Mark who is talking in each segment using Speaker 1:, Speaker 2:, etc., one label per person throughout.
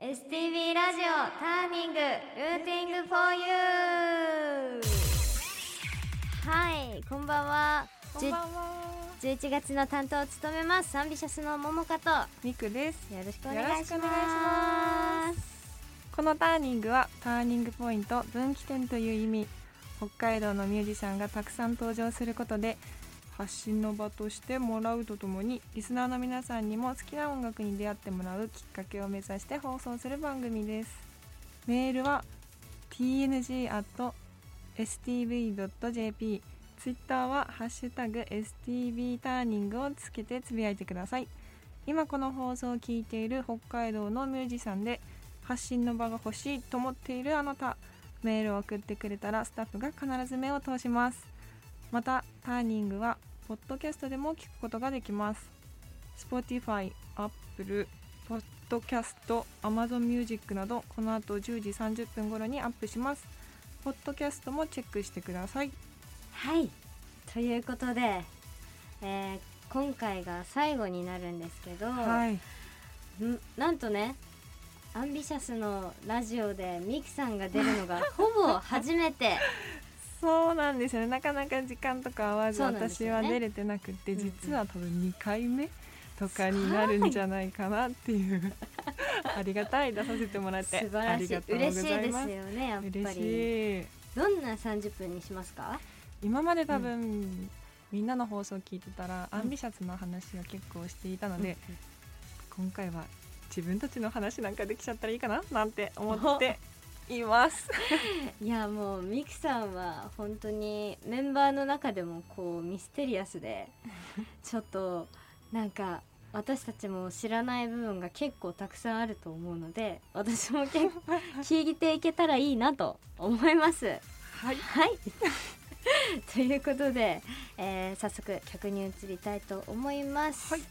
Speaker 1: STV ラジオターニングルーティングフォーユーはいこんばんは
Speaker 2: こんばんは。
Speaker 1: じゅ11月の担当を務めますサンビシャスの桃香とよ
Speaker 2: みくです。
Speaker 1: ろしくお願いし
Speaker 2: よろしくお願
Speaker 1: ま
Speaker 2: いしますこのターニングはターニングポイント、分岐点という意味。北海道のミュージシャンがたくさん登場することで。発信の場としてもらうとともにリスナーの皆さんにも好きな音楽に出会ってもらうきっかけを目指して放送する番組ですメールは tng.stv.jp ツイッターは「ハッシュタグ #stv ターニング」をつけてつぶやいてください今この放送を聞いている北海道のミュージシャンで発信の場が欲しいと思っているあなたメールを送ってくれたらスタッフが必ず目を通しますまたターニングはポッドキャストでも聞くことができます Spotify、Apple、Podcast、Amazon Music などこの後10時30分頃にアップしますポッドキャストもチェックしてください
Speaker 1: はいということで、えー今回が最後になるんですけど、
Speaker 2: い
Speaker 1: んなんとねアンビシャスのラジオでミキさんが出るのがほぼ初めて
Speaker 2: そうなんですよねなかなか時間とか合わず
Speaker 1: そうなんです
Speaker 2: 私
Speaker 1: よね
Speaker 2: は出れてなくて、
Speaker 1: うんうん
Speaker 2: 実は多分2回目とかになるんじゃないかなっていう ありがたい出させてもらっ
Speaker 1: 素
Speaker 2: て
Speaker 1: 晴
Speaker 2: あ
Speaker 1: らし
Speaker 2: り
Speaker 1: い
Speaker 2: がとうご
Speaker 1: 嬉しい
Speaker 2: ざ
Speaker 1: で
Speaker 2: い
Speaker 1: すよ
Speaker 2: ます
Speaker 1: ねやっぱ
Speaker 2: 嬉
Speaker 1: り
Speaker 2: しい
Speaker 1: どんな30分にしますか
Speaker 2: 今まで多分、みんなの放送聞いてたら、アンビシャスの話を結構していたので、今回は自分たちの話なんかできちゃったらいいかななんて思っています
Speaker 1: いやもうミキさんは本当にメンバーの中でもこうミステリアス でちょっとなんか私たちも知らない部分が結構たくさんあると思うので私も 結構聞いていけたらいいなと思います。
Speaker 2: は い
Speaker 1: はい。 ということで、えー早速曲に移りたいと思います。
Speaker 2: はい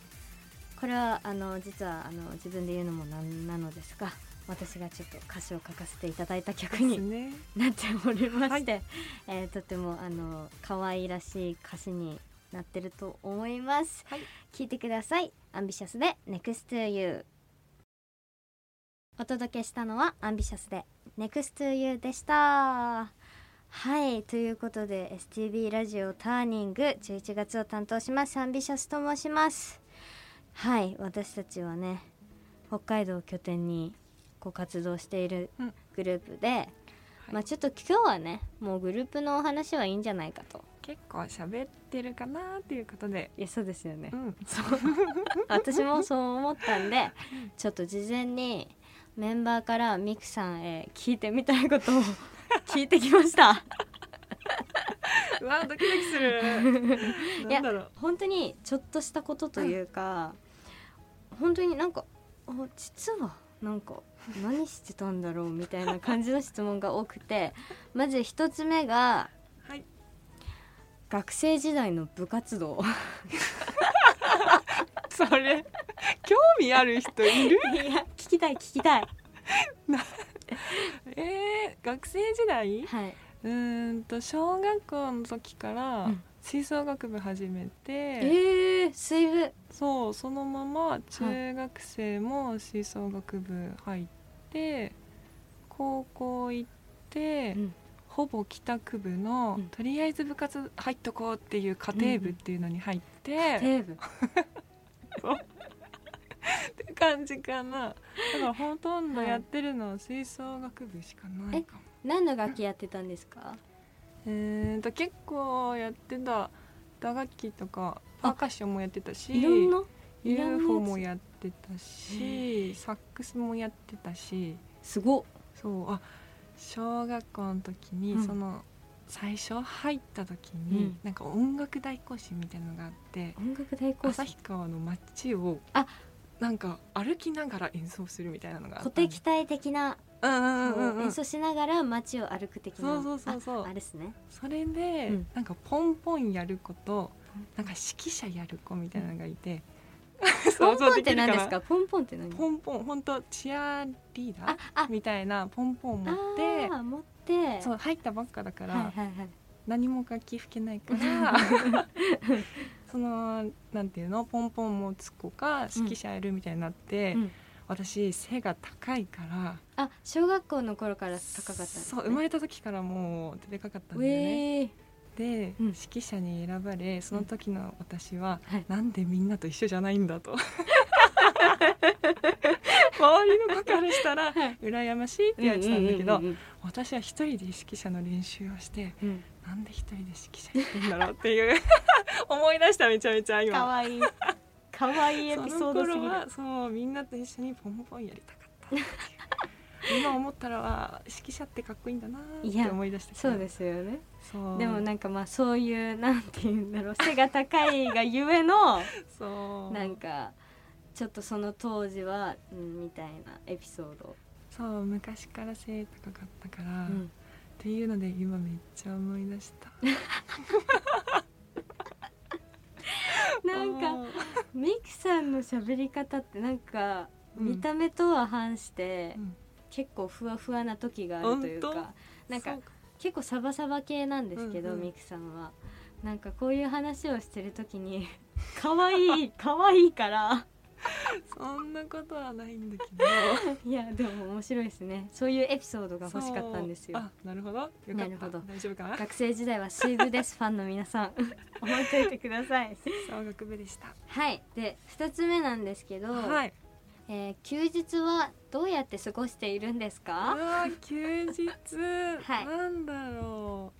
Speaker 1: これはあの実はあの自分で言うのもなんなのですが、私がちょっと歌詞を書かせていただいた曲
Speaker 2: です
Speaker 1: に
Speaker 2: ね
Speaker 1: なっておりまして、えーとてもあの可愛らしい歌詞になってると思います。
Speaker 2: はい
Speaker 1: 聞いてください。アンビシャスで Next to You。お届けしたのはアンビシャスで Next to You でした。はいということで STB ラジオターニング11月を担当しますアンビシャスと申しますはい私たちはね北海道を拠点にこう活動している
Speaker 2: うん
Speaker 1: グループで、まあちょっと今日はねもうグループのお話はいいんじゃないかと
Speaker 2: 結構喋ってるかなっていうことで
Speaker 1: いやそうですよね
Speaker 2: うん
Speaker 1: 私もそう思ったんでちょっと事前にメンバーからミクさんへ聞いてみたいことを 聞いてきました
Speaker 2: うわドキドキする
Speaker 1: いや
Speaker 2: なんだろう
Speaker 1: 本当にちょっとしたことというか、本当になんかあ実はなんか何してたんだろうみたいな感じの質問が多くてまず一つ目が
Speaker 2: はい
Speaker 1: 学生時代の部活動
Speaker 2: それ興味ある人いる
Speaker 1: いや聞きたい聞きたい
Speaker 2: えー、学生時代
Speaker 1: はい、
Speaker 2: うーんと小学校の時から
Speaker 1: うん
Speaker 2: 吹奏楽部始め
Speaker 1: え
Speaker 2: て、
Speaker 1: ー、水分
Speaker 2: そうそのまま中学生も吹奏楽部入って、高校行って、
Speaker 1: うん
Speaker 2: ほぼ帰宅部の、
Speaker 1: うん
Speaker 2: とりあえず部活入っとこうっていう家庭部っていうのに入って、
Speaker 1: テーブ
Speaker 2: って感じかなだからほとんどやってるのは吹奏楽部しかないかも。
Speaker 1: 何の楽器やってたんですか
Speaker 2: えー、と結構やってた打楽器とかパーカッションもやってたし
Speaker 1: いろんな
Speaker 2: UFO もやってたしサックスもやってたし
Speaker 1: すごっ
Speaker 2: そうあ小学校の時に、
Speaker 1: うん
Speaker 2: その最初入った時に、
Speaker 1: うん
Speaker 2: なんか音楽大行進みたいのがあって
Speaker 1: 音楽大講師
Speaker 2: 旭川の街を
Speaker 1: あ
Speaker 2: なんか歩きながら演奏するみたいなのがあ
Speaker 1: 小
Speaker 2: った
Speaker 1: 手
Speaker 2: んで
Speaker 1: 期待的な、
Speaker 2: うんうんうんうんう
Speaker 1: 演
Speaker 2: んそ
Speaker 1: 奏しながら街を歩く的な
Speaker 2: そうそうそうそう
Speaker 1: ああれですね
Speaker 2: れで、
Speaker 1: うん
Speaker 2: なんかポンポンやる子と
Speaker 1: ポン
Speaker 2: なんか指揮者やる子みたいなのがいて、
Speaker 1: ポ
Speaker 2: 想
Speaker 1: ン
Speaker 2: 像
Speaker 1: ポンっ
Speaker 2: き
Speaker 1: て
Speaker 2: る
Speaker 1: 何
Speaker 2: な
Speaker 1: ですかポンポンって何
Speaker 2: ポンポン本当チアリーダー
Speaker 1: ああ
Speaker 2: みたいなポンポン持って
Speaker 1: あー持って
Speaker 2: そう入ったばっかだから、
Speaker 1: はいはいはい
Speaker 2: 何も楽器吹けないから そのなんていうのポンポン持つ子か指揮者やるみたいになって、
Speaker 1: うん
Speaker 2: 私背が高いから
Speaker 1: あ小学校の頃から高かったんです
Speaker 2: そう生まれた時からもうでかかったん
Speaker 1: う
Speaker 2: だよね、
Speaker 1: えー
Speaker 2: で、
Speaker 1: うん
Speaker 2: 指揮者に選ばれその時の私は、
Speaker 1: はい
Speaker 2: なんでみんなと一緒じゃないん だと周りの子からしたら
Speaker 1: はい
Speaker 2: 羨ましいってやつなんだけど、
Speaker 1: うんうん
Speaker 2: 私は一人で指揮者の練習をして
Speaker 1: うんうん
Speaker 2: なんで一人で指揮者やってんだろうっていう 思い出しためちゃめちゃ
Speaker 1: うんか
Speaker 2: 今
Speaker 1: わいいかわいいエ
Speaker 2: そ
Speaker 1: ピソ
Speaker 2: の
Speaker 1: ードす
Speaker 2: 頃
Speaker 1: ぎる
Speaker 2: はそうみんなと一緒にポンポンやりたかったっていう今思ったらは指揮者ってかっこいいんだなーって思い出したけど
Speaker 1: そうですよね
Speaker 2: そう
Speaker 1: でもなんかまあそういうなんて言うんだろう背が高いがゆえの
Speaker 2: そう
Speaker 1: なんかちょっとその当時は、うん、みたいなエピソード、
Speaker 2: そう昔から背高かったから、
Speaker 1: う
Speaker 2: っ
Speaker 1: ん、
Speaker 2: ていうので今めっちゃ思い出した
Speaker 1: なんか
Speaker 2: か、
Speaker 1: ミキさんの喋り方ってなんか
Speaker 2: うん
Speaker 1: 見た目とは反して、
Speaker 2: うん
Speaker 1: 結構ふわふわな時があるという
Speaker 2: 本
Speaker 1: かなんか
Speaker 2: そう
Speaker 1: 結構サバサバ系なんですけど、
Speaker 2: うんうん
Speaker 1: ミクさんはなんかこういう話をしてる時に 可愛い可愛いから
Speaker 2: そんなことはないんだけど
Speaker 1: いやでも面白いですねそういうエピソードが欲しかったんですよ
Speaker 2: そうあなるほどよかった
Speaker 1: なるほど
Speaker 2: 大丈夫かな
Speaker 1: 学生時代はシーブですファンの皆さん覚えておいてください
Speaker 2: そう学部でした
Speaker 1: はいで2つ目なんですけど、
Speaker 2: はい
Speaker 1: えー休日はどうやって過ごしているんです
Speaker 2: あ
Speaker 1: か
Speaker 2: あー休日、
Speaker 1: はい
Speaker 2: なんだろ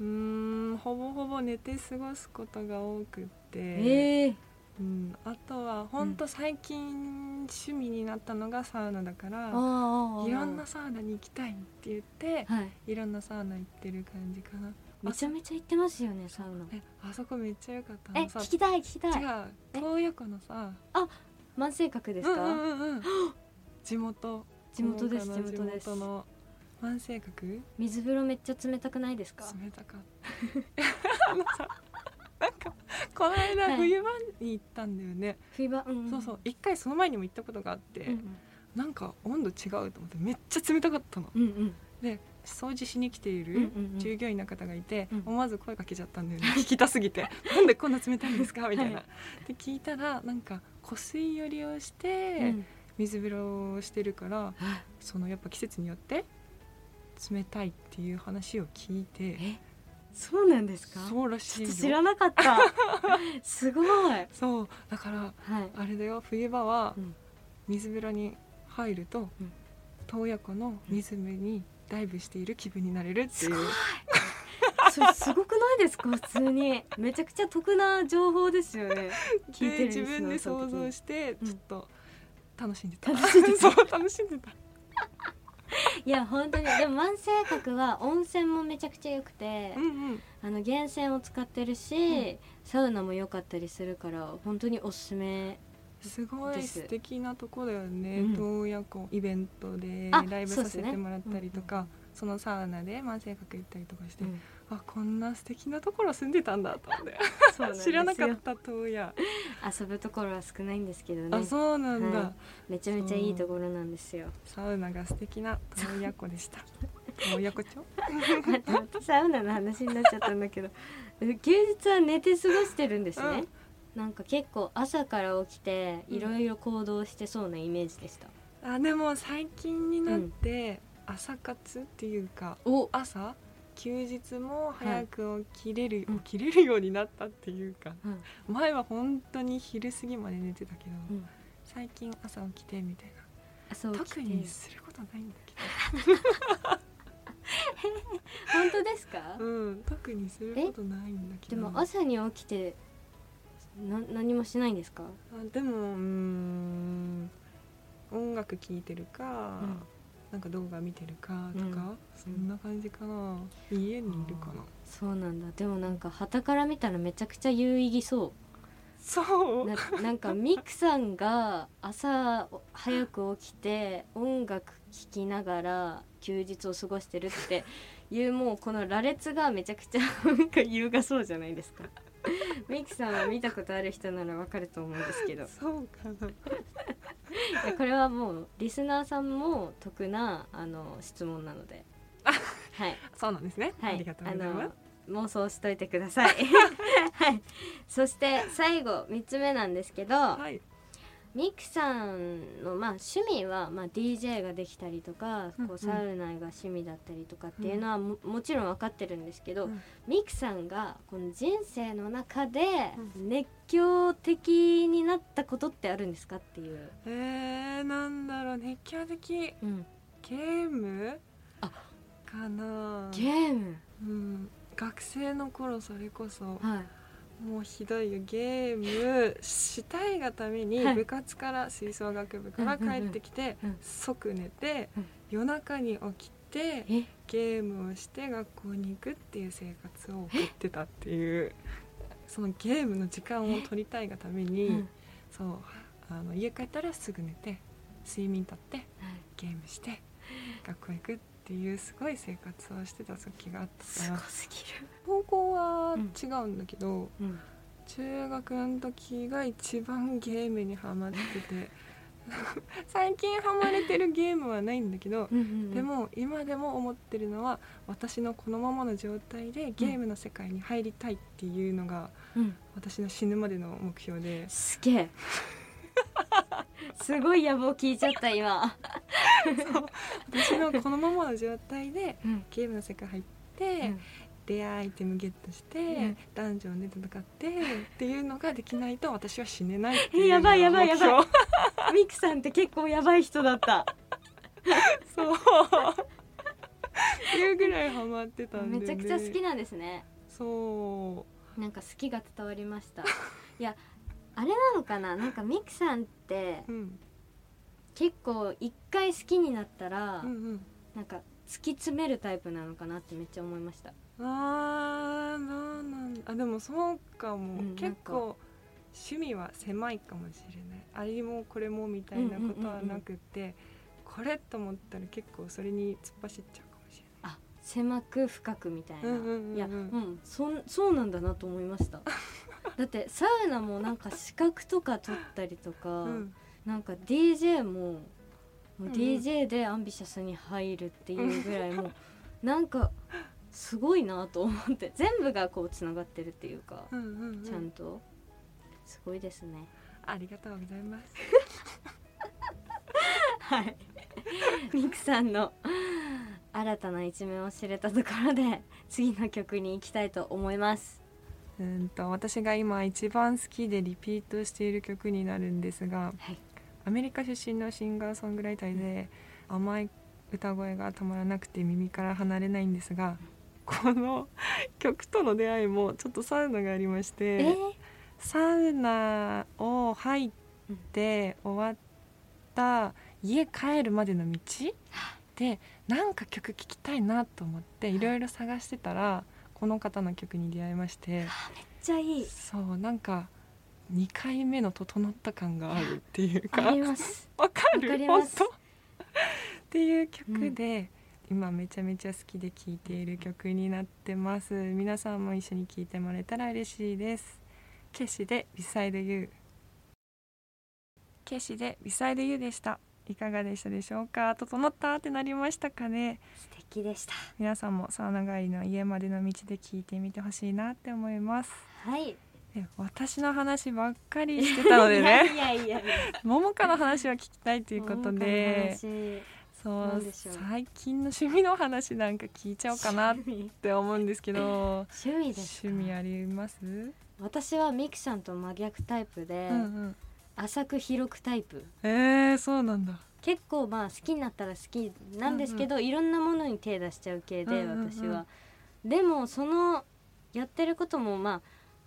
Speaker 2: ううーんほぼほぼ寝て過ごすことが多くって、
Speaker 1: えー、
Speaker 2: うん、あとはほんと最近趣味になったのがサウナだから、
Speaker 1: ああ
Speaker 2: いろんなサウナに行きたいって言って
Speaker 1: はい
Speaker 2: いろんなサウナ行ってる感じかな
Speaker 1: めちゃめちゃ行ってますよねサウナ
Speaker 2: えあそこめっちゃ良かった
Speaker 1: え
Speaker 2: のさ
Speaker 1: 聞きたい聞きた
Speaker 2: 違
Speaker 1: いうえ
Speaker 2: 洞爺湖のさ
Speaker 1: 万世閣ですか、
Speaker 2: うんうんうんうん地元
Speaker 1: 地元です
Speaker 2: 農家の
Speaker 1: 地元です
Speaker 2: 地元の万世閣
Speaker 1: 水風呂めっちゃ冷たくないですか
Speaker 2: 冷たかったあのさ なんかこの
Speaker 1: は
Speaker 2: 間
Speaker 1: い
Speaker 2: 冬場に行ったんだよね、
Speaker 1: 冬場うん
Speaker 2: そうそう一回その前にも行ったことがあって、
Speaker 1: うん
Speaker 2: なんか温度違うと思ってめっちゃ冷たかったの
Speaker 1: うんうん
Speaker 2: で掃除しに来てい
Speaker 1: うんうん
Speaker 2: る
Speaker 1: うん
Speaker 2: 従業員の方がいて、
Speaker 1: うん
Speaker 2: 思わず声かけちゃったんだよね聞きた すぎて「なんでこんな冷たいんですか?」みたいな。
Speaker 1: は
Speaker 2: で聞いたらなんか湖水を利用して、
Speaker 1: うん
Speaker 2: 水風呂をしてるからそのやっぱ季節によって冷たいっていう話を聞いて
Speaker 1: えそうなんですか
Speaker 2: そうらし
Speaker 1: ちょっと
Speaker 2: い
Speaker 1: 知
Speaker 2: よ
Speaker 1: らなかったすごいはい
Speaker 2: そうだからあれだよ冬場は
Speaker 1: うん
Speaker 2: 水風呂に入ると
Speaker 1: うん
Speaker 2: 洞爺湖の水辺にダイブしている気分になれるっていう、
Speaker 1: それすごくないですか普通にめちゃくちゃ得な情報ですよね聞いて
Speaker 2: で
Speaker 1: る
Speaker 2: 自分で
Speaker 1: リスナーさん
Speaker 2: 想
Speaker 1: 的に
Speaker 2: 像して
Speaker 1: うん
Speaker 2: ちょっと楽しんでた、
Speaker 1: 楽し んでた
Speaker 2: そう楽しんでた
Speaker 1: いや本当にでも万世閣は温泉もめちゃくちゃ良くて
Speaker 2: うんうん
Speaker 1: あの源泉を使ってるし、
Speaker 2: うん
Speaker 1: サウナも良かったりするから本当におすすめ
Speaker 2: すご
Speaker 1: で
Speaker 2: い
Speaker 1: す
Speaker 2: 素敵なとこだよね
Speaker 1: うん
Speaker 2: 洞爺湖イベントで
Speaker 1: あ
Speaker 2: ライブ
Speaker 1: そう
Speaker 2: さ
Speaker 1: です
Speaker 2: せ
Speaker 1: ね
Speaker 2: てもらったりとかそ,、のサウナで万世閣行ったりとかして、
Speaker 1: うん
Speaker 2: あこんな素敵なところ住んでたんだと思って
Speaker 1: そうなんですよ
Speaker 2: 知らなかった洞爺、
Speaker 1: 遊ぶところは少ないんですけどね
Speaker 2: あそうなんだ、
Speaker 1: はいめちゃめちゃいいところなんですよ
Speaker 2: サウナが素敵な洞爺湖でした洞爺湖 町
Speaker 1: 待って待って サウナの話になっちゃったんだけど休日は寝て過ごしてるんですね、なんか結構朝から起きて
Speaker 2: うん
Speaker 1: いろいろ行動してそうなイメージでした、
Speaker 2: あでも最近になって朝活っていうか
Speaker 1: お
Speaker 2: 朝休日も早く起きれる、
Speaker 1: うん
Speaker 2: 起きれるようになったっていうか
Speaker 1: うん
Speaker 2: 前は本当に昼過ぎまで寝てたけど、
Speaker 1: うん
Speaker 2: 最近朝起きてみたい
Speaker 1: 朝
Speaker 2: な
Speaker 1: 起きて
Speaker 2: 特にすることないんだ
Speaker 1: 本当ですか
Speaker 2: けど、うん、特にすることないんだけ
Speaker 1: で
Speaker 2: ど
Speaker 1: も朝に起きてな何もしないんですか
Speaker 2: あでもうーん音楽聴いてるか、
Speaker 1: うん
Speaker 2: なんか動画見てるか
Speaker 1: う
Speaker 2: とか、
Speaker 1: ん
Speaker 2: そんな感じかな家にいるかな
Speaker 1: そうなんだでもなんか旗から見たらめちゃくちゃ有意義そ
Speaker 2: そう
Speaker 1: うななんかミクさんが朝早く起きて音楽聴きながら休日を過ごしてるっていうもうこの羅列がめちゃくちゃなんか優雅そうじゃない ですかミクさんは見たことある人ならわかると思うんです けどい
Speaker 2: そうかな
Speaker 1: やこれはもうリスナーさんも得なあの質問なの ではい
Speaker 2: そうなんですね、
Speaker 1: はい、
Speaker 2: ありがとうございます
Speaker 1: あの妄想しといてくだ さい。はい。そして最後三つ目なんですけど、
Speaker 2: はい
Speaker 1: ミクさんの、まあ、趣味は、まあ、DJ ができたりとか、
Speaker 2: うんう
Speaker 1: こ
Speaker 2: ん
Speaker 1: うサウナが趣味だったりとかっていうのはも,、もちろん分かってるんですけど、
Speaker 2: うん
Speaker 1: ミクさんがこの人生の中で
Speaker 2: う
Speaker 1: 熱狂的になったことってあるんですかっていう、
Speaker 2: えー、なんだろう熱狂的ゲーム
Speaker 1: あ
Speaker 2: かな
Speaker 1: ゲーム、
Speaker 2: うん、学生の頃それこそ
Speaker 1: はい、
Speaker 2: もうひどいよゲームしたいがために
Speaker 1: はい
Speaker 2: 部活から吹奏楽部から
Speaker 1: うんうんうん
Speaker 2: 帰ってきて
Speaker 1: うん
Speaker 2: 即寝て
Speaker 1: うん
Speaker 2: 夜中に起きて
Speaker 1: え
Speaker 2: ゲームをして学校に行くっていう生活を送ってたっていうそのゲームの時間を取りたいがため
Speaker 1: う
Speaker 2: に
Speaker 1: ん
Speaker 2: そうあの家帰ったらすぐ寝て睡眠とって
Speaker 1: はい
Speaker 2: ゲームして学校行くっていうすごい生活をしてた時があった
Speaker 1: す
Speaker 2: か
Speaker 1: ご
Speaker 2: ら
Speaker 1: す
Speaker 2: 高校は
Speaker 1: うん
Speaker 2: 違うんだけど、
Speaker 1: ぎる、うん、
Speaker 2: 中学の時が一番ゲームにハマってて 最近ハマれてるゲームはないんだけど、
Speaker 1: うんうんうん
Speaker 2: でも今でも思ってるのは私のこのままの状態でゲームの世界に入りたいっていうのが
Speaker 1: うん
Speaker 2: 私の死ぬまでの目標で。
Speaker 1: すげ えすごい野望聞いちゃった今、
Speaker 2: 私のこのままの状態で
Speaker 1: うん
Speaker 2: ゲームの世界入って、
Speaker 1: うん
Speaker 2: レアアイテムゲットして、
Speaker 1: うん
Speaker 2: ダンジョンで 戦ってっていうのができないと私は死ねないって
Speaker 1: え
Speaker 2: いう
Speaker 1: や
Speaker 2: のが
Speaker 1: ば
Speaker 2: 目
Speaker 1: いや
Speaker 2: 標
Speaker 1: ばいやばいミクさんって結構やばい人だった
Speaker 2: そう。っていうぐらいハマってたん
Speaker 1: め
Speaker 2: で、ね。
Speaker 1: ちゃくちゃ好き。なんですね
Speaker 2: そ
Speaker 1: なんか好きが伝わりました いやあれなのかななんかミクさんって
Speaker 2: う。うん。
Speaker 1: 結構一回好きになったら、
Speaker 2: うんうん。
Speaker 1: なんか突き詰めるタイプなのかなってめっちゃ思いました
Speaker 2: ああ、なんなん。あ、でもそうかも。
Speaker 1: うん
Speaker 2: 結構趣味は狭いかもしれない。あれもこれもみたいなことはなくて、これと思ったら結構それに突っ走っちゃうかもし
Speaker 1: あ狭く深くみたいな、
Speaker 2: うんうんうんうん
Speaker 1: いやうんそんそうなんだなと思いました だってサウナもなんか資格とか取ったりとか、
Speaker 2: れない。うん。
Speaker 1: なんか DJ ももううん
Speaker 2: うん
Speaker 1: DJ でアンビシャスに入るっていうぐらいもう なんかすごいなと思って全部がこうつながってるっていうか
Speaker 2: うんうん、うん。
Speaker 1: ちゃんとすごいですね
Speaker 2: ありがとうございます。
Speaker 1: はい ミクさんの新たな一面を知れたところで次の曲に行きたいと思います
Speaker 2: うんと私が今一番好きでリピートしている曲になるんですが、
Speaker 1: はい
Speaker 2: アメリカ出身のシンガーソングライターで甘い歌声がたまらなくて耳から離れないんですがこの曲との出会いもちょっとサウナがありまして、
Speaker 1: えー、
Speaker 2: サウナを入って終わった家帰るまでの道でなんか曲聴きたいなと思っていろいろ探してたらこの方の曲に出会いまして。
Speaker 1: めっちゃいい
Speaker 2: そうなんか2回目の整った感があるっていうか
Speaker 1: あります
Speaker 2: わかる
Speaker 1: わかります
Speaker 2: 本当 っていう曲で、今めちゃめちゃ好きで聴いている曲になってます皆さんも一緒に聴いてもらえたら嬉しいですケシで Beside You ケシで Beside You でしたいかがでしたでしょうか整ったってなりましたかね
Speaker 1: 素敵でした
Speaker 2: 皆さんもサウナ帰りの家までの道で聴いてみてほしいなって思います
Speaker 1: はい
Speaker 2: え私の話ばっかりしてたので ね
Speaker 1: いやいやいや
Speaker 2: 桃花の話は聞きたいと
Speaker 1: と
Speaker 2: いうことでそ
Speaker 1: なん
Speaker 2: う
Speaker 1: でしょう
Speaker 2: 最近の趣味の話なんか聞いちゃおうかなっ
Speaker 1: 趣味
Speaker 2: て思うんです けど
Speaker 1: 趣味です
Speaker 2: 趣
Speaker 1: か
Speaker 2: 味あります、うん
Speaker 1: 私はミクさんと真逆タイプで、
Speaker 2: うん、
Speaker 1: 浅く広くタイプ
Speaker 2: えー、そうなんだ
Speaker 1: 結構まあ好きになったら好きなんですけど、いろんなものに手出しちゃう系で、
Speaker 2: うんうんうん
Speaker 1: 私はでもそのやってることもまあ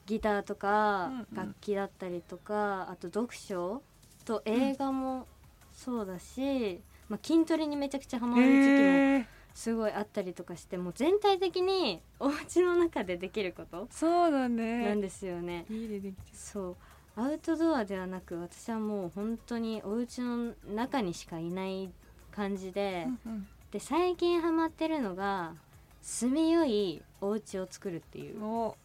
Speaker 1: ギターとか
Speaker 2: うんうん
Speaker 1: 楽器だったりとか、あと読書と映画もそうだし、まあ、筋トレにめちゃくちゃハマ
Speaker 2: え
Speaker 1: る時期も
Speaker 2: ー、
Speaker 1: すごいあったりとかしてもう全体的にお家の中でできること
Speaker 2: そうだ
Speaker 1: なん
Speaker 2: ね
Speaker 1: ですよね。
Speaker 2: いいでできてる
Speaker 1: そうアウトドアではなく私はもう本当にお家の中にしかいない感じで、
Speaker 2: うん、
Speaker 1: で最近ハマってるのが住みよいお家を作るっていううん
Speaker 2: お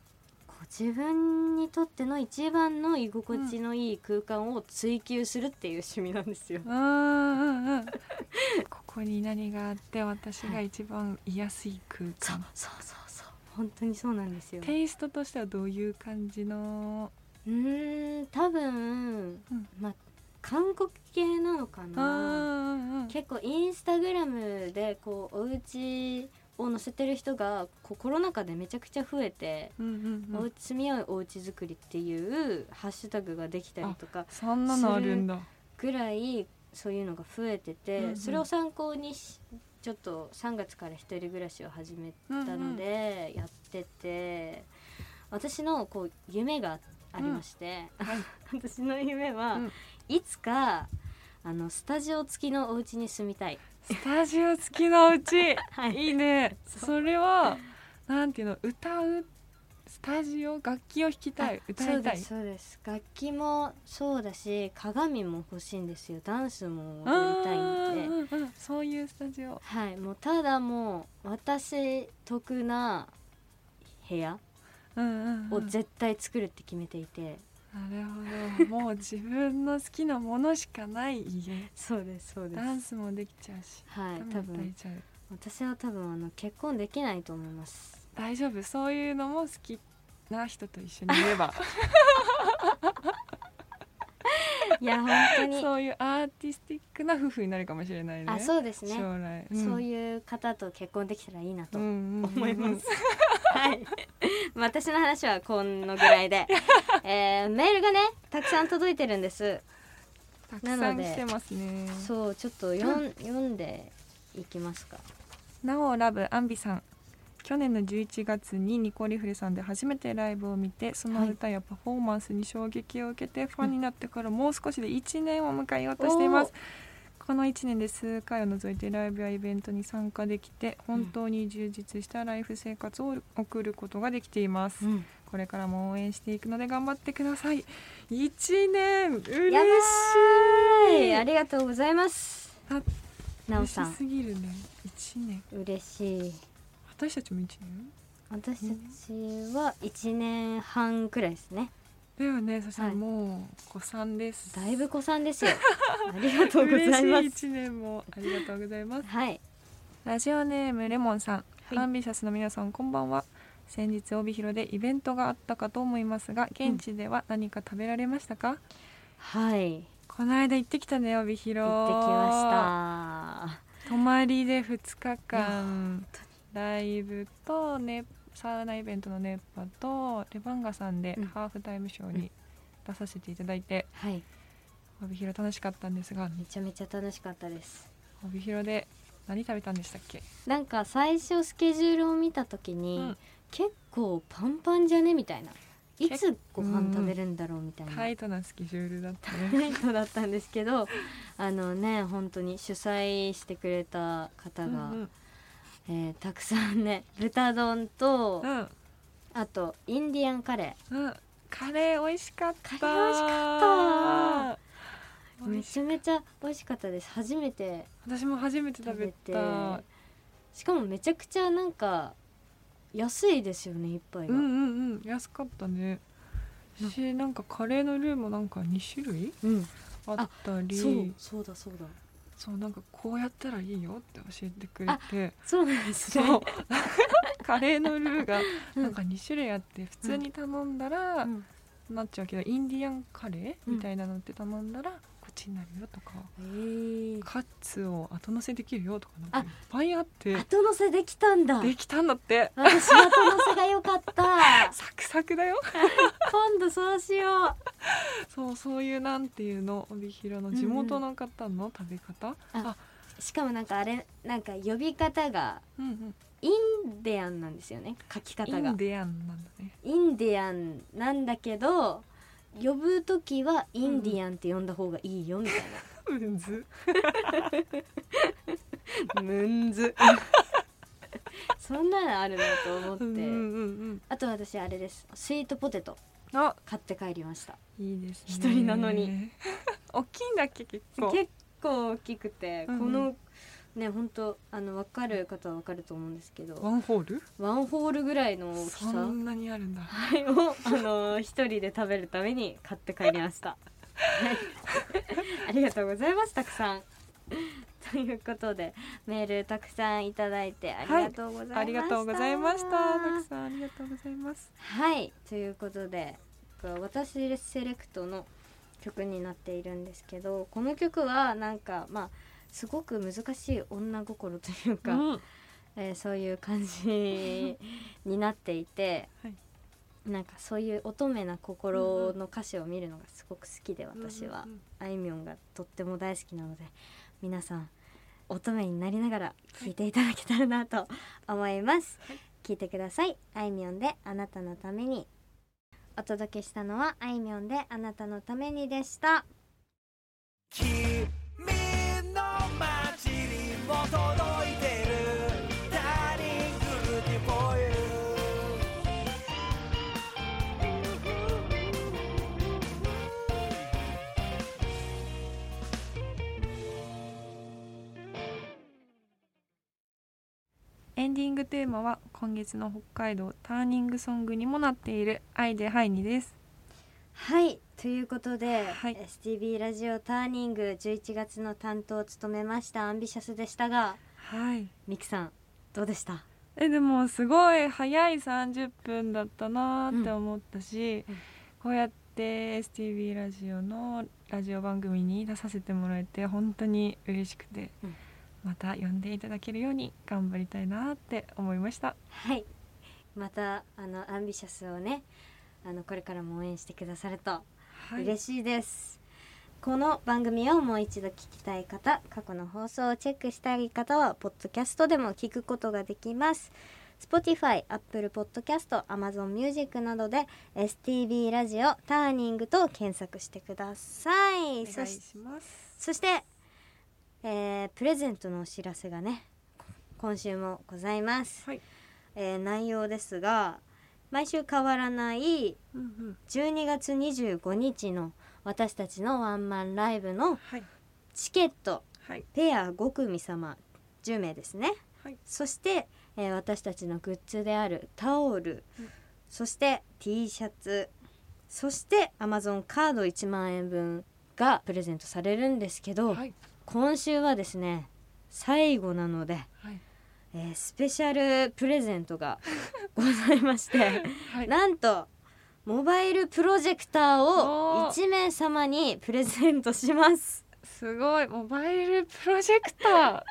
Speaker 1: こう自分にとっての一番の居心地のいい空間を追求するっていう趣味なんですよ。
Speaker 2: うんうん うんここに何があって私が一番居やすい空
Speaker 1: そう
Speaker 2: 間、
Speaker 1: そうそうそう本当にそうなんですよ。
Speaker 2: テイストとしてはどういう感じの
Speaker 1: うーん多分、
Speaker 2: うん
Speaker 1: まあ韓国系なのか
Speaker 2: あ
Speaker 1: な
Speaker 2: ー
Speaker 1: 結構インスタグラムでこうお家を載せてる人がこうコロナ禍でめちゃくちゃ増えて、
Speaker 2: うんうん
Speaker 1: お
Speaker 2: う
Speaker 1: うんち住み合うおうち作りっていうハッシュタグができたりとか
Speaker 2: そんなのあるんだ
Speaker 1: ぐらいそういうのが増えてて、
Speaker 2: うんうん
Speaker 1: それを参考にしちょっと3月から一人暮らしを始めたのでやってて、私のこう夢がありまして、 私の夢は、
Speaker 2: うん
Speaker 1: いつかあのスタジオ付きのお家に住みたい。
Speaker 2: スタジオ付きのうち
Speaker 1: はい
Speaker 2: いねそれはなんていうの歌うスタジオ楽器を弾きたい
Speaker 1: あ
Speaker 2: 歌いたい
Speaker 1: そうですそうです楽器もそうだし鏡も欲しいんですよダンスも踊りたいんで
Speaker 2: うんうんうんそういうスタジオ
Speaker 1: はいもうただもう私得な部屋
Speaker 2: うんうんう
Speaker 1: を
Speaker 2: ん
Speaker 1: 絶対作るって決めていて、
Speaker 2: なるほどもう自分の好きなものしかない家
Speaker 1: そうですそう
Speaker 2: ダンスもできちゃうし
Speaker 1: はい
Speaker 2: 歌
Speaker 1: 多
Speaker 2: も歌え
Speaker 1: 分
Speaker 2: ちゃう
Speaker 1: 私は多分あの結婚できないと思います
Speaker 2: 大丈夫そういうのも好きな人と一緒にいれば
Speaker 1: いや本 当に
Speaker 2: そういうアーティスティックな夫婦になるかもしれないね
Speaker 1: あそうですね、
Speaker 2: 将来
Speaker 1: そう
Speaker 2: う
Speaker 1: いう方と結婚できたらいいなと
Speaker 2: 思
Speaker 1: 思います。はい、まあ私の話はこのぐらい で、えーメールがねたくさん届いてるんです
Speaker 2: たくさ
Speaker 1: なんので
Speaker 2: 来てますね
Speaker 1: そうちょっと読ん読んでいきますか
Speaker 2: なおラブアンビさん去年の11月にニコリフレさんで初めてライブを見てその歌やパフォーマンスに衝撃を受けてファンになってからもう少しで1年を迎えようとしていますこの1年で数回を除いてライブやイベントに参加できて本当に充実したライフ生活を送ることができています、
Speaker 1: ん、
Speaker 2: これからも応援していくので頑張ってください1年嬉しい
Speaker 1: やばいありがとうございます
Speaker 2: あ
Speaker 1: なおさ
Speaker 2: 嬉
Speaker 1: ん
Speaker 2: しすぎるね1年
Speaker 1: 嬉しい
Speaker 2: 私たちも1年
Speaker 1: 私たちは1年半くらいですね
Speaker 2: だよねそしたら
Speaker 1: はい
Speaker 2: もう子さんです、
Speaker 1: だいぶ子さん ですよありがとうございま
Speaker 2: 嬉
Speaker 1: す
Speaker 2: しい一年もありがとうございます
Speaker 1: はい
Speaker 2: ラジオネームレモンさん、
Speaker 1: はい
Speaker 2: アンビシャスの皆さんこんばんは先日帯広でイベントがあったかと思いますが現地では何か食べられましたか、
Speaker 1: はい
Speaker 2: この間行ってきたね帯広
Speaker 1: 行ってきました
Speaker 2: 泊まりで2日間ライブと、ね、サウナイベントの熱波とレバンガさんで
Speaker 1: うん
Speaker 2: ハーフタイムショー
Speaker 1: う
Speaker 2: に出させていただいて、
Speaker 1: はい
Speaker 2: 帯広楽しかったんですが
Speaker 1: めちゃめちゃ楽しかったです
Speaker 2: 帯広で何食べたんでしたっけ
Speaker 1: なんか最初スケジュールを見た時に、
Speaker 2: うん
Speaker 1: 結構パンパンじゃねみたいない
Speaker 2: け
Speaker 1: つご飯食べるんだろうみたいな、
Speaker 2: タイトなスケジュールだったね
Speaker 1: タイトだったんですけど あのね本当に主催してくれた
Speaker 2: う
Speaker 1: 方
Speaker 2: んう
Speaker 1: が、
Speaker 2: ん
Speaker 1: えーたくさんね豚丼と、
Speaker 2: うん
Speaker 1: あとインディアンカレ
Speaker 2: うんカレー美味しかった
Speaker 1: カレー美味しかー
Speaker 2: 美
Speaker 1: め
Speaker 2: 味し
Speaker 1: ちゃめちゃ美味しかったです初めて
Speaker 2: 私も初めて食
Speaker 1: 食
Speaker 2: べ
Speaker 1: べて
Speaker 2: た
Speaker 1: しかもめちゃくちゃなんか安いですよね一杯
Speaker 2: う
Speaker 1: が、
Speaker 2: んうんうん安かったねしなんかカレーのルーもなんか2種類
Speaker 1: うん
Speaker 2: あったり
Speaker 1: そうそうだそうだ
Speaker 2: そうなんかこうやったらいいよって教えてくれて
Speaker 1: そうなんですね
Speaker 2: そう カレーのルーが
Speaker 1: うん
Speaker 2: なんか2種類あって普通に頼んだら
Speaker 1: うん
Speaker 2: なっちゃうけどインディアンカレー
Speaker 1: うん
Speaker 2: みたいなのって頼んだらこっちになるよとか
Speaker 1: えー
Speaker 2: カツを後乗せできるよとかなんか
Speaker 1: あ
Speaker 2: いっぱいあって
Speaker 1: 後乗せできたんだ
Speaker 2: できたんだって
Speaker 1: 私後乗せが良かった
Speaker 2: サクサクだよ
Speaker 1: 今度そうしよ
Speaker 2: そうそういうなんていうの帯広の地元の方の食べ方
Speaker 1: うしかもなんかあれなんか呼び方が
Speaker 2: うんうん
Speaker 1: インディアンなんですよね書き
Speaker 2: イ
Speaker 1: 方が
Speaker 2: ンディアンなんだね
Speaker 1: インディアンなんだけど呼ぶ時はインディアンって呼んだ方がいいよみたい
Speaker 2: うんず
Speaker 1: なムンズ そんなのあるなと思って、
Speaker 2: うんうんうん
Speaker 1: あと私あれですスイートポテト
Speaker 2: あ
Speaker 1: 買って帰りました
Speaker 2: いいですね
Speaker 1: 一人なのに
Speaker 2: 大きいんだっけ結構
Speaker 1: 結構大きくて、
Speaker 2: うんうん
Speaker 1: このね本当あの分かる方は分かると思うんですけど
Speaker 2: ワンホール
Speaker 1: ワンホールぐらいの大き
Speaker 2: そ
Speaker 1: さ
Speaker 2: んなにあるんだ
Speaker 1: はいをあの一人で食べるために買って帰りました。はいありがとうございますたくさん。ということでメールたくさんいただいてありがとうございました。
Speaker 2: ありがとうございましたたくさんありがとうございます
Speaker 1: はいということでこう私セレクトの曲になっているんですけどこの曲はなんかまあすごく難しい女心というか、
Speaker 2: うん
Speaker 1: えーそういう感じになっていて、
Speaker 2: はい
Speaker 1: なんかそういう乙女な心の歌詞を見るのがすごく好きで私は、
Speaker 2: うんうん
Speaker 1: あいみょんがとっても大好きなので皆さん乙女になりながら聴いていただけたらなと思います、
Speaker 2: はい
Speaker 1: 聴いてくださいあいみょんであなたのためにお届けしたのはあいみょんであなたのためにでした
Speaker 3: 君の街にも届いてるダーリングディフォイル
Speaker 2: エンディングテーマは今月の北海道ターニングソングにもなっている愛でハイにです
Speaker 1: はいということで、
Speaker 2: はい
Speaker 1: STB ラジオターニング11月の担当を務めましたアンビシャスでしたが
Speaker 2: はい
Speaker 1: みくさんどうでした
Speaker 2: えでもすごい早い30分だったなーって思ったし、
Speaker 1: うん
Speaker 2: こうやって STV ラジオのラジオ番組に出させてもらえて本当に嬉しくて、
Speaker 1: うん
Speaker 2: また呼んでいただけるように頑張りたいなーって思いました
Speaker 1: はいまたあのアンビシャスをねあのこれからも応援してくださると
Speaker 2: はい、
Speaker 1: 嬉しいです、この番組をもう一度聞きたい方過去の放送をチェックしたい方はポッドキャストでも聞くことができます Spotify、Apple Podcast、Amazon Music などで STB ラジオターニングと検索してください
Speaker 2: お願
Speaker 1: そ
Speaker 2: い
Speaker 1: し
Speaker 2: します
Speaker 1: そして、えープレゼントのお知らせがね今週もございます、
Speaker 2: はい、
Speaker 1: えー内容ですが毎週変わらない
Speaker 2: うんうん、
Speaker 1: 12月25日の私たちのワンマンライブの
Speaker 2: はい
Speaker 1: チケット
Speaker 2: はい
Speaker 1: ペア5組様10名ですね
Speaker 2: はい
Speaker 1: そして、えー私たちのグッズであるタオル、
Speaker 2: うん
Speaker 1: そして T シャツそして Amazon カード1万円分がプレゼントされるんですけど、
Speaker 2: はい
Speaker 1: 今週はですね最後なので、
Speaker 2: はい
Speaker 1: えースペシャルプレゼントがございま して。
Speaker 2: はい
Speaker 1: なんとモバイルプロジェクターを
Speaker 2: おー
Speaker 1: 1名様にプレゼントし ます
Speaker 2: すごいモバイルプロジェクタ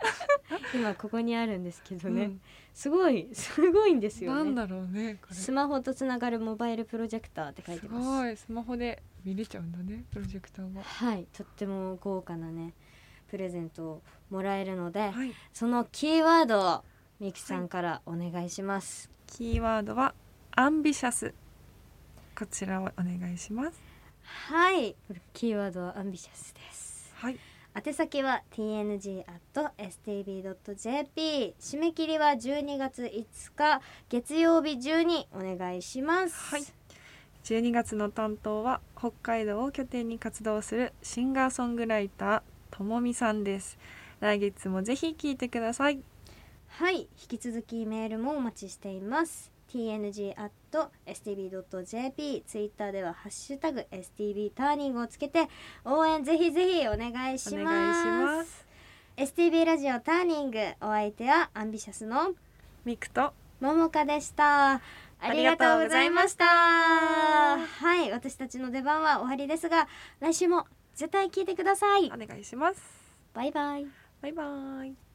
Speaker 1: 今ここにあるんですけど
Speaker 2: ー、
Speaker 1: ね、すごいすごいんです
Speaker 2: うん、
Speaker 1: よ
Speaker 2: な
Speaker 1: ね
Speaker 2: んだろうねこれ
Speaker 1: スマホとつながるモバイルプロジェクターって書いて
Speaker 2: す
Speaker 1: ます
Speaker 2: ごいスマホで見れちゃうんだねプロジェクターが
Speaker 1: はいとっても豪華なねプレゼントをもらえるので
Speaker 2: はい
Speaker 1: そのキーワードをみきさんからお願いします、
Speaker 2: キーワードはアンビシャスこちらをお願いします
Speaker 1: はい、キーワードはアンビシャスです
Speaker 2: はい
Speaker 1: 宛先は tng.stb.jp 締め切りは12月5日月曜日中にお願いします
Speaker 2: はい12月の担当は北海道を拠点に活動するシンガーソングライターともみさんです来月もぜひ聞いてください
Speaker 1: はい引き続きメールもお待ちしています tng.stb.jp ツイッターでは「ハッシュタグ #stb ターニング」をつけて応援ぜひぜひお願いし
Speaker 2: お
Speaker 1: ます
Speaker 2: 願いします
Speaker 1: STB ラジオターニングお相手はアンビシャスの
Speaker 2: ミクと
Speaker 1: ももかでした。あり
Speaker 2: り
Speaker 1: がと
Speaker 2: がと
Speaker 1: う
Speaker 2: う
Speaker 1: ご
Speaker 2: ご
Speaker 1: ざ
Speaker 2: ざ
Speaker 1: い
Speaker 2: い
Speaker 1: ま
Speaker 2: ま
Speaker 1: し。
Speaker 2: したた
Speaker 1: はい、私たちの出番は終わりですが、来週も絶対聞いてください
Speaker 2: お。願いします
Speaker 1: バイバイ。
Speaker 2: バイバイ